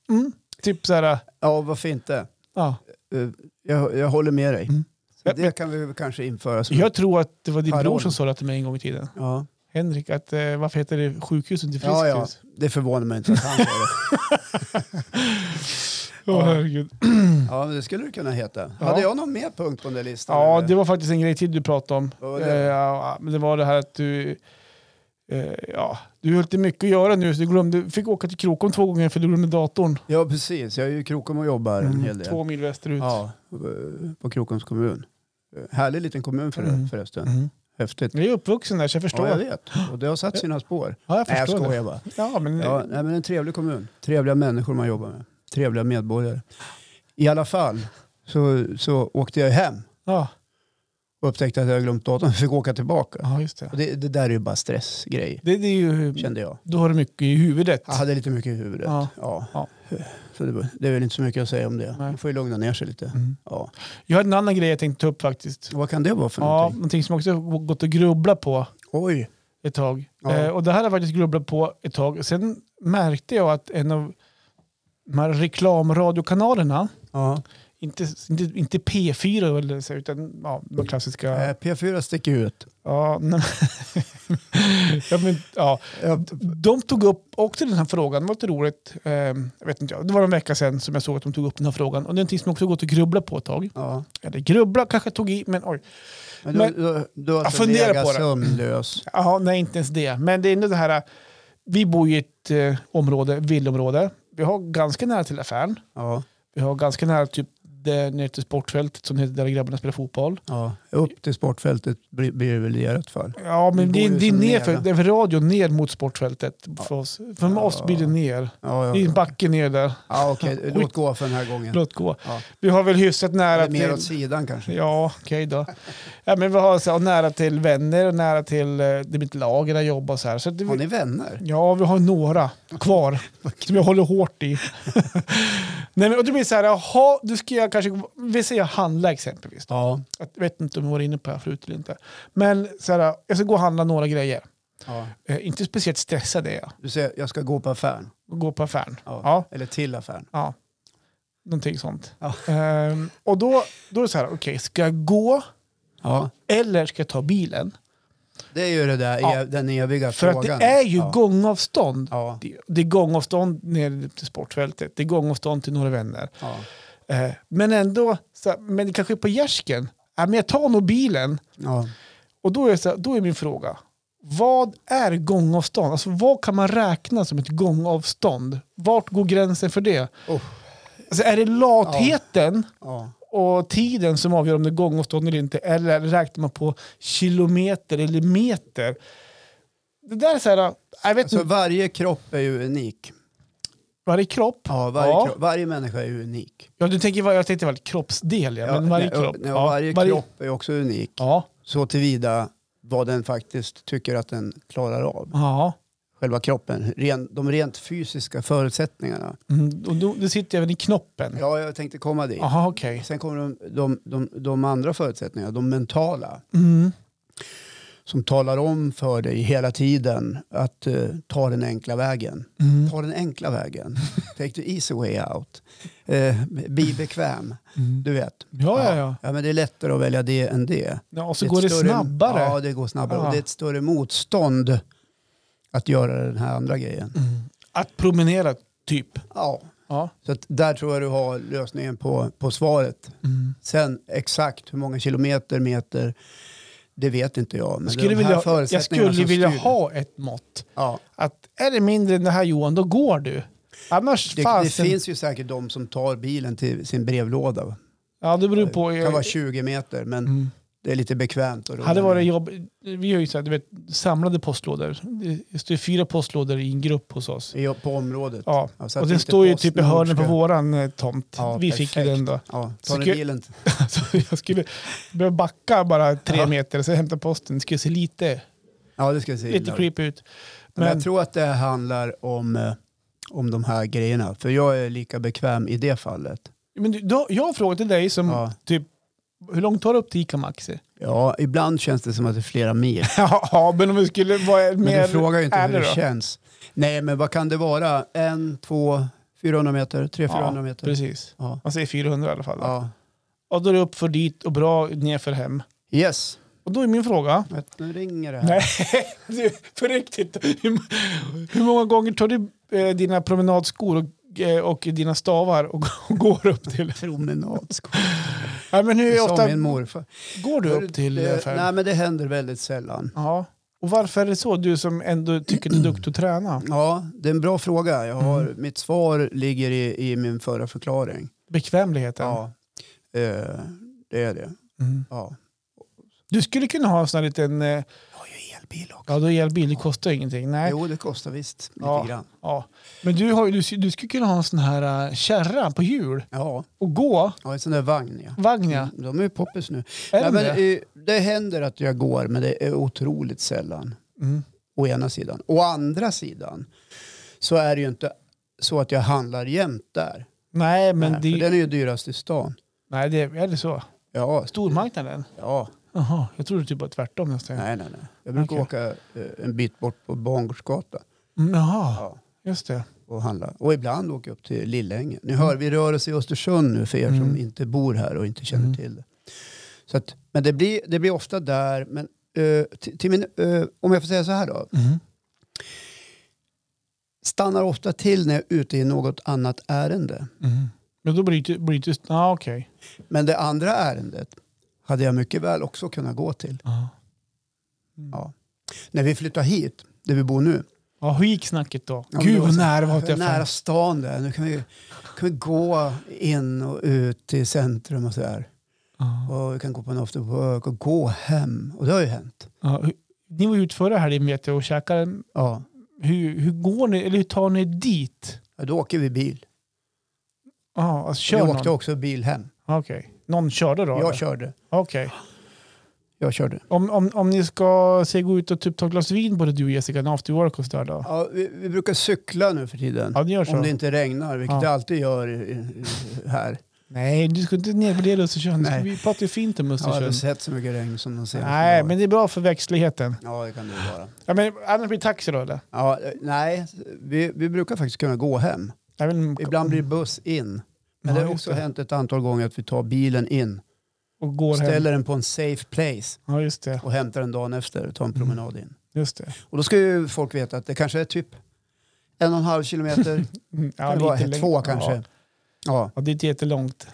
Mm. Typ så här, Ja, varför inte? ja. Eh, Jag, jag håller med dig. Mm. Så det kan vi väl kanske införa. Som, Jag tror att det var din Paroll. bror som sa det till mig en gång i tiden. ja. Henrik, att, eh, varför heter det sjukhus och inte Ja, ja, friskhus? det förvånar mig inte att han sa det. Åh, Ja. herregud. Ja, men det skulle det kunna heta. Ja. Hade jag någon mer punkt på den där listan? ja, eller? det var faktiskt en grej till du pratade om. Vad var det? Eh, ja, men det var det här att du... Eh, ja, du har lite mycket att göra nu så du glömde, fick åka till Krokom två gånger för du glömde datorn. ja, precis. Jag är ju i Krokom och jobbar en hel del. Mm, Två mil västerut. Ja, eh, på Krokoms kommun. Eh, Härlig liten kommun för, Mm. förresten. Mm. Häftigt. Jag är uppvuxen där så jag förstår. Ja, jag vet. Och det har satt sina spår. Ja, jag Nej, jag förstår det. skojar bara. Ja, men Ja, nej, men en trevlig kommun. Trevliga människor man jobbar med. Trevliga medborgare. I alla fall så, så åkte jag hem Ja, och upptäckte att jag hade glömt datorn. [laughs] Fick åka tillbaka. ja just det. Och det, det där är ju bara stressgrej, det, det är ju, kände jag. då har du mycket i huvudet. Jag hade lite mycket i huvudet. Ja. Ja. Ja. Så det, var- det är väl inte så mycket att säga om det. Nej. Man får ju lugna ner sig lite. Mm. Ja. Jag hade en annan grej jag tänkte ta upp faktiskt. Vad kan det vara för Ja, någonting? någonting som jag också har gått och grubblat på Oj. ett tag. Ja. Eh, och det här har jag faktiskt grubblat på ett tag. Sen märkte jag att en av de här reklamradiokanalerna, Ja. inte, inte, inte P4 eller så, utan ja, de klassiska... Eh, P4 sticker ut. Ja, nej, men- [laughs] ja, men, ja, Ja, De tog upp också den här frågan, det var lite roligt. Eh, jag vet inte, ja, det var en vecka sedan som jag såg att de tog upp den här frågan. Och det är någonting som jag också gått och grubblat på ett tag. Ja. Eller grubbla kanske jag tog i, men oj. Men du, Men- du, du har Jag alltså funderar legat på det. sömnlös. Ja, nej, inte ens det. Men det är ändå det här, eh, vi bor i ett eh, område, villområde. Vi har ganska nära till affären. Ja. Vi har ganska nära typ det nere till sportfältet som heter där grabbarna spelar fotboll. Ja. Upp till sportfältet blir blir det väl i ert fall. Ja, men Vi det, är- bor ju det är så ner för, nära. det är för radion ner mot sportfältet för oss. För Ja. oss blir det ner. Ja, ja. Det är en backe ner där. Ja, okej. Låt gå för den här gången. Låt gå. Ja. Vi har väl hyfsat nära Eller mer till- åt sidan kanske. Ja, okej då. Ja, men vi har så här, nära till vänner och nära till eh, det mitt lag där jag jobbar. och Så här. Så att det, Har ni vänner? Ja, vi har några kvar som jag håller [laughs] hårt i. Nej, men, och det blir så här, jaha, du ska jag kanske, vi säger handla exempelvis. Ja. Jag vet inte om vi var inne på det här förut eller inte. Men så här, jag ska gå och handla några grejer. Eh, inte speciellt stressad är jag. Du säger, jag ska gå på affären. Gå på affären. Ja. Ja. Eller till affären. Ja, någonting sånt. Ja. Ehm, och då, då är det så här, okej, ska jag gå Ja. eller ska jag ta bilen? Det är ju det där, Ja. e- den eviga För att frågan. det är ju ja. gångavstånd. Ja. Det, det är gångavstånd ner till sportfältet, det är gångavstånd till några vänner. Ja. Eh, men ändå, så, här, men det kanske är på gärsken. Ja, men jag tar nog bilen. Ja. Och då är, så, här, då är min fråga, vad är gångavstånd? Alltså vad kan man räkna som ett gångavstånd? Vart går gränsen för det? Oh. Alltså, är det latheten Ja. och tiden som avgör om det är gångavstånd eller inte? Eller räknar man på kilometer eller meter? Det där är så här, jag vet Alltså, inte, varje kropp är ju unik. varje kropp. Ja, varje, Ja. Kropp, varje människa är ju unik. Ja, du tänker, jag tänkte varje kroppsdel, ja, men varje nej, och- kropp. nej, och varje kropp är ju också unik. Ja, Så tillvida vad den faktiskt tycker att den klarar av. ja. Själva kroppen, ren, de rent fysiska förutsättningarna. Mm, och då, då sitter jag även i knoppen. Ja, jag tänkte komma dit. Jaha, okej. Sen kommer de, de, de, de andra förutsättningarna, de mentala, Mm. som talar om för dig hela tiden att eh, ta den enkla vägen. Mm. Ta den enkla vägen. Take the easy way out. Eh, bli bekväm. Mm. Du vet. Ja, ja, ja. ja, men det är lättare att välja det än det. ja och så Det är går det ett större- snabbare. Ah. Ja, det går snabbare. Ja. Och det är ett större motstånd att göra den här andra grejen. Mm. Att promenera, typ. Ja, Ja. Så att där tror jag du har lösningen på, på svaret. Mm. Sen exakt hur många kilometer, meter, det vet inte jag. Men det Jag är skulle de här vilja, jag förutsättningarna skulle som vilja styr. ha ett mått. Ja, Att är det mindre än det här Johan, då går du. Annars det, det fasen. finns ju säkert de som tar bilen till sin brevlåda. va? Ja, det beror på. Det kan vara 20 meter, men Mm. det är lite bekvämt. att rulla Hade med. varit jobb... Vi gör ju så här, du vet, samlade postlådor. Det- Det står ju fyra postlådor i en grupp hos oss. Ja, på området. Ja. Ja, så att och den inte står ju typ i Postnord hörnet på ska- våran eh, tomt. Ja, vi fick ju perfekt. den då. Ja, Så tar ni kul. bilen? Så Alltså, jag skulle behöva backa bara tre Ja. meter och sen hämta posten. Det skulle se lite, Ja, det ska jag säga. lite creepy ut. Men, Men, jag tror att det handlar om, eh, om de här grejerna. För jag är lika bekväm i det fallet. men du, då, jag har frågat till dig som Ja. typ, hur långt tar det upp till Ica Maxi? Ja, ibland känns det som att det är flera mil. [laughs] ja, men om vi skulle vara mer Men du frågar ju inte hur ärlig det då. känns. Nej, men vad kan det vara? En, två, 400 meter? Tre, 400 ja, meter? precis. Ja. Man säger 400 i alla fall. ja. Och då är det upp för dit och bra ner för hem. Yes, Och då är min [laughs] fråga, Vet, nu ringer det här. Nej. du, på riktigt, hur, hur många gånger tar du eh, dina promenadskor och, eh, och dina stavar och, [laughs] går upp till? Promenadskor. Nej, men Det hur sa ofta min morfar. går du upp till eh, Det- affären? Nej, men det händer väldigt sällan. Ja. Och varför är det så? Du som ändå tycker du är duktig att träna. Ja, det är en bra fråga. Jag har, Mm. Mitt svar ligger i, i min förra förklaring. Bekvämligheten. Ja, eh, det är det. Mm. Ja. Du skulle kunna ha en sån här liten, eh, Jag har ju elbil också. ja då är elbil, det kostar ju ingenting. Nej. Jo, det kostar visst lite Ja. grann. Ja. Men du, har, ju- du, du skulle kunna ha en sån här eh, kärra på hjul Ja, och gå jag har en sån där vagn ja. vagn ja. Mm, De är ju poppis nu. Är Nej, den det? men, eh, det händer att jag går, men det är otroligt sällan. Mm. Å ena sidan. Å andra sidan så är det ju inte så att jag handlar jämt där. Nej, men Nej, det, för den är ju dyrast i stan. nej, det är det så. Ja, Stormarknaden? ja. Jaha, jag trodde typ bara tvärtom nästan. Nej, nej, nej. Eh, Jag brukar Okej. åka eh, en bit bort på Bangårdsgatan Mm, Jaha, ja, just det. och handla. Och ibland åker jag upp till Lillängen. Ni hör, vi rör oss i Östersund nu för er Mm. som inte bor här och inte känner Mm. till det. Så att, men det blir, det blir ofta där. Men eh, till, till min, eh, om jag får säga så här då. Mm. Stannar ofta till när jag är ute i något annat ärende. Mm. Men då blir det blir det- Ja, okej. Men det andra ärendet hade jag mycket väl också kunnat gå till. Ja. Ja. När vi flyttade hit, där vi bor nu. Ja, hur gick snacket då? men Gud det var vad så- nära var att jag nära fan. stan där. Nu kan vi, kan vi gå in och ut till centrum och sådär. Ja. Och vi kan gå på en after work och gå hem. Och det har ju hänt. Ja, hur- Ni var ju ute förra helgen vet jag och käkade. en- Ja. Hur, hur går ni, eller hur tar ni dit? Ja, Då åker vi bil. Ja, alltså, Vi kör åkte någon? också bil hem. Ja, Okej. Någon körde då? eller? Jag körde. Okej. Jag körde. Om, om, om ni ska se, gå ut och typ ta ett glas vin både du och Jessica, en after work och sådär då? Ja, vi, vi brukar cykla nu för tiden. Ja, ni gör så? Om det inte regnar, vilket Ja. det alltid gör i- i- i- här. Nej, du ska inte nedvärdera Östersund. Nej. Vi pratar ju fint om Jag har Östersund. aldrig sett så mycket regn som de ser. Nej, men det är bra för växtligheten. Ja, det kan det ju vara. Ja, men, annars blir det taxi då eller? Ja, eh, nej, vi, vi brukar faktiskt kunna gå hem. Även, Ibland blir det buss in. Men Ja, det har just också det. hänt ett antal gånger att vi tar bilen in, och går hem. ställer den på en safe place Ja, just det. och hämtar den dagen efter och tar en Mm. promenad in. Just det. Och då ska ju folk veta att det kanske är typ en och en halv [laughs] kilometer, Mm, ja, det var längre. två kanske. Ja. Ja. ja, det är inte jättelångt.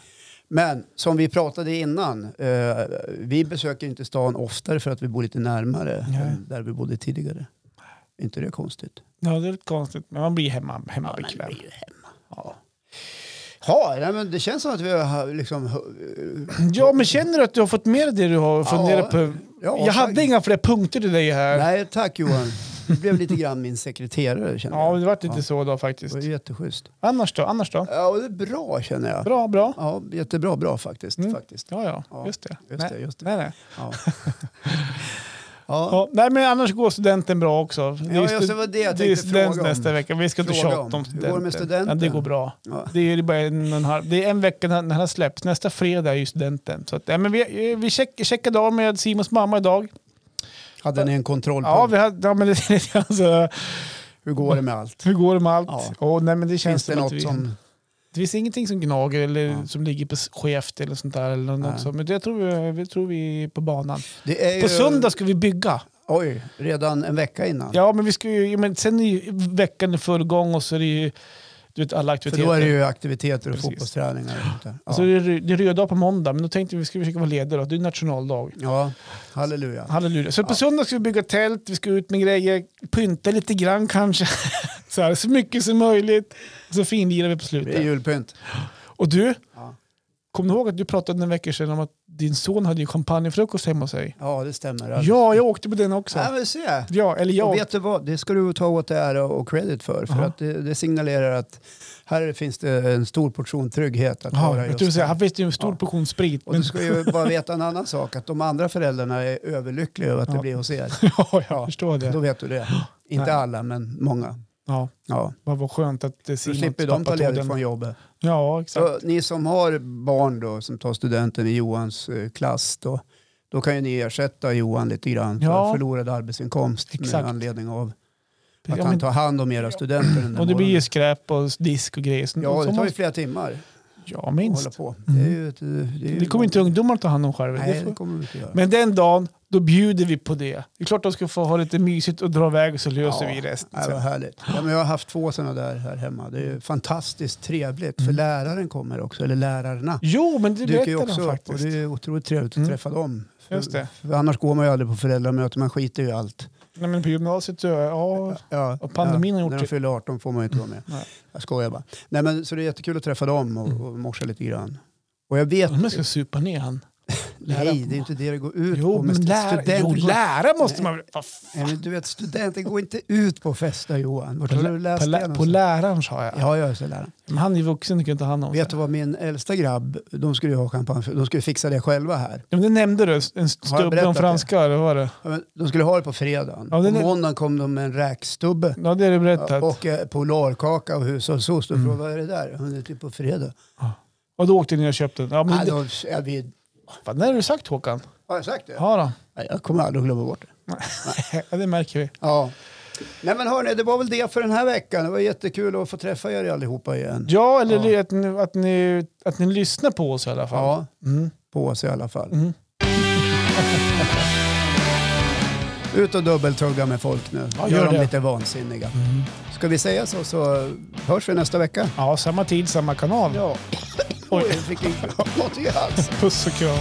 Men som vi pratade innan, eh, vi besöker inte stan oftare för att vi bor lite närmare Nej. än där vi bodde tidigare. inte det konstigt? Ja, det är lite konstigt, men man blir hemma, hemma Ja, men det bekväm. blir ju hemma. Ja. Ja, nej, men det känns som att vi har liksom... Ja, men känner du att du har fått med dig det du har funderat på? Ja, Jag hade tack. inga fler punkter till dig här. Nej, tack Johan. Du blev lite grann min sekreterare känner Ja, jag. det vart lite Ja. så då Det faktiskt. var jätteschysst. Annars då? Annars då? Ja, och det är bra känner jag. Bra, bra. Ja, jättebra, bra faktiskt. Mm. faktiskt. Ja, ja, Ja, just det. Just nej. det, just det. Nej, nej. Ja. ja. Ja, nej, men annars går studenten bra också. Det Ja, just det var det jag Det är tänkte student fråga om. nästa vecka. Vi ska inte Fråga tjata om. om Hur går studenten. det med Ja, studenten? det går bra. Ja. Det är ju bara en, och en, halv, det är en vecka när den här släpps. Nästa fredag är ju studenten. Så att, ja, men vi eh, vi check, checkade av med Simons mamma idag. Hade ni en kontroll på Ja, vi hade, ja, men det, [laughs] alltså, hur går det med allt? hur går det med allt? Ja. Och, nej, men det Finns känns det som något att vi, som... det finns ingenting som gnager eller Ja. som ligger på skevt eller sånt där. Eller Nej. något sånt. Men det tror vi, vi tror vi är på banan. Det är ju... På söndag ska vi bygga. Oj, redan en vecka innan? Ja, men, vi ska ju, ja, men sen är ju veckan i full gång och så är det ju du vet, alla För aktiviteter. då är det ju aktiviteter och Precis. fotbollsträningar. Och sånt där. Och så Ja. är det, det är röd dag på måndag, men då tänkte vi att vi skulle försöka vara lediga. Då. Det är nationaldag. ja, halleluja. Halleluja. Så på Ja. söndag ska vi bygga tält, vi ska ut med grejer, pynta lite grann kanske. [laughs] så, här, så mycket som möjligt. Och så finlirar vi på Det är slutet. julpynt. Och du, Ja. kom du ihåg att du pratade en vecka sedan om att din son hade ju champagnefrukost hemma hos sig? Ja, det stämmer. Ja, jag åkte på den också. Ja, men se. Ja, eller Och jag. vet du vad, det ska du ta åt dig ära och credit för. För Jaha. att det, det signalerar att här finns det en stor portion trygghet att Ja, vara jag just tror säga, där. han visste ju en stor Ja. portion sprit. Och men- du ska ju bara veta en annan sak, att de andra föräldrarna är överlyckliga över att Ja. det blir hos er. [laughs] ja, jag förstår Då [laughs] det. vet du det. Inte Nej. alla, men många. Ja, Ja. vad var skönt att eh, Så Simons slipper de pappa ta tog ledigt den. från jobbet. Ja, exakt. Så ni som har barn då, som tar studenten i Johans eh, klass, då, då kan ju ni ersätta Johan lite grann för Ja. förlorad arbetsinkomst Exakt. med anledning av Ja, att men- han tar hand om era studenter den där och det blir ju morgonen. skräp och disk och grejer. Så- Ja, så det tar ju Mm, måste- flera timmar ja att hålla minst. på. Mm. Det, är ju, ett- det, är ju Det kommer inte ungdomar att ta hand om själva. Det Nej, får- det kommer vi inte göra. Men den dagen, då bjuder vi på det. Det är klart de ska få ha lite mysigt och dra iväg och så löser Ja, vi resten. Nej, sen. vad härligt. Ja, men jag har haft två sådana där här hemma. Det är ju fantastiskt trevligt. För Mm. läraren kommer också, eller lärarna. Jo, men det dyker ju berättade han också upp och faktiskt. det är otroligt trevligt att Mm. träffa dem. För, Just det. För annars går man ju aldrig på föräldramöten, man skiter ju i allt. Nej, men på gymnasiet, ja. Ja, Och pandemin har gjort När de det. Mm. fyller 18 får man ju inte vara med. Nej. Mm. Jag skojar bara. Nej, men, så det är jättekul att träffa dem och, och morsa lite grann. Och jag vet, Undrar om jag ska supa ner han. lära- nej det är inte det det går ut Jo, på. med men lära, studenter jo, går- lära måste Nej. man väl... Vad fan. Nej, men du vet, studenter går inte ut på att festa Johan. Vart På, har du lä- läst på, det lä- på någonstans? läraren sa jag. Ja, jag är så lärare. Men han är ju vuxen och kan ta hand om sig. Vet du vad min äldsta grabb, de skulle ju ha champagne, för- de skulle fixa det själva här. Ja, men det nämnde du, en stubbe om berättat det? franska, eller vad var det? Ja, men De skulle ha det på fredagen. Ja, den på är- måndagen kom de med en räkstubbe Ja, det har du berättat. Och, och eh, polarkaka och hushållsost. Och Mm. frågade vad är det där? Hon är typ på fredag. då åkte ni och köpte den. Ja, men Ja, det, då, ja, vi, fan, när har du sagt Håkan? har jag sagt det? Ja, då. Nej, Jag kommer aldrig att glömma bort det. [laughs] ja det märker vi. Ja. Nej men hörni, det var väl det för den här veckan. Det var jättekul att få träffa er allihopa igen. Ja, eller Ja. Att, ni, att, ni, att ni lyssnar på oss i alla fall. Ja, Mm. på oss i alla fall. Mm. [laughs] Ut och dubbeltugga med folk nu. Ja, gör, gör dem det. Mm. lite vansinniga. Ska vi säga så så hörs vi nästa vecka. ja, samma tid, samma kanal. Ja. Oj, Oj. [laughs] jag fick en... något i halsen. Puss och kram.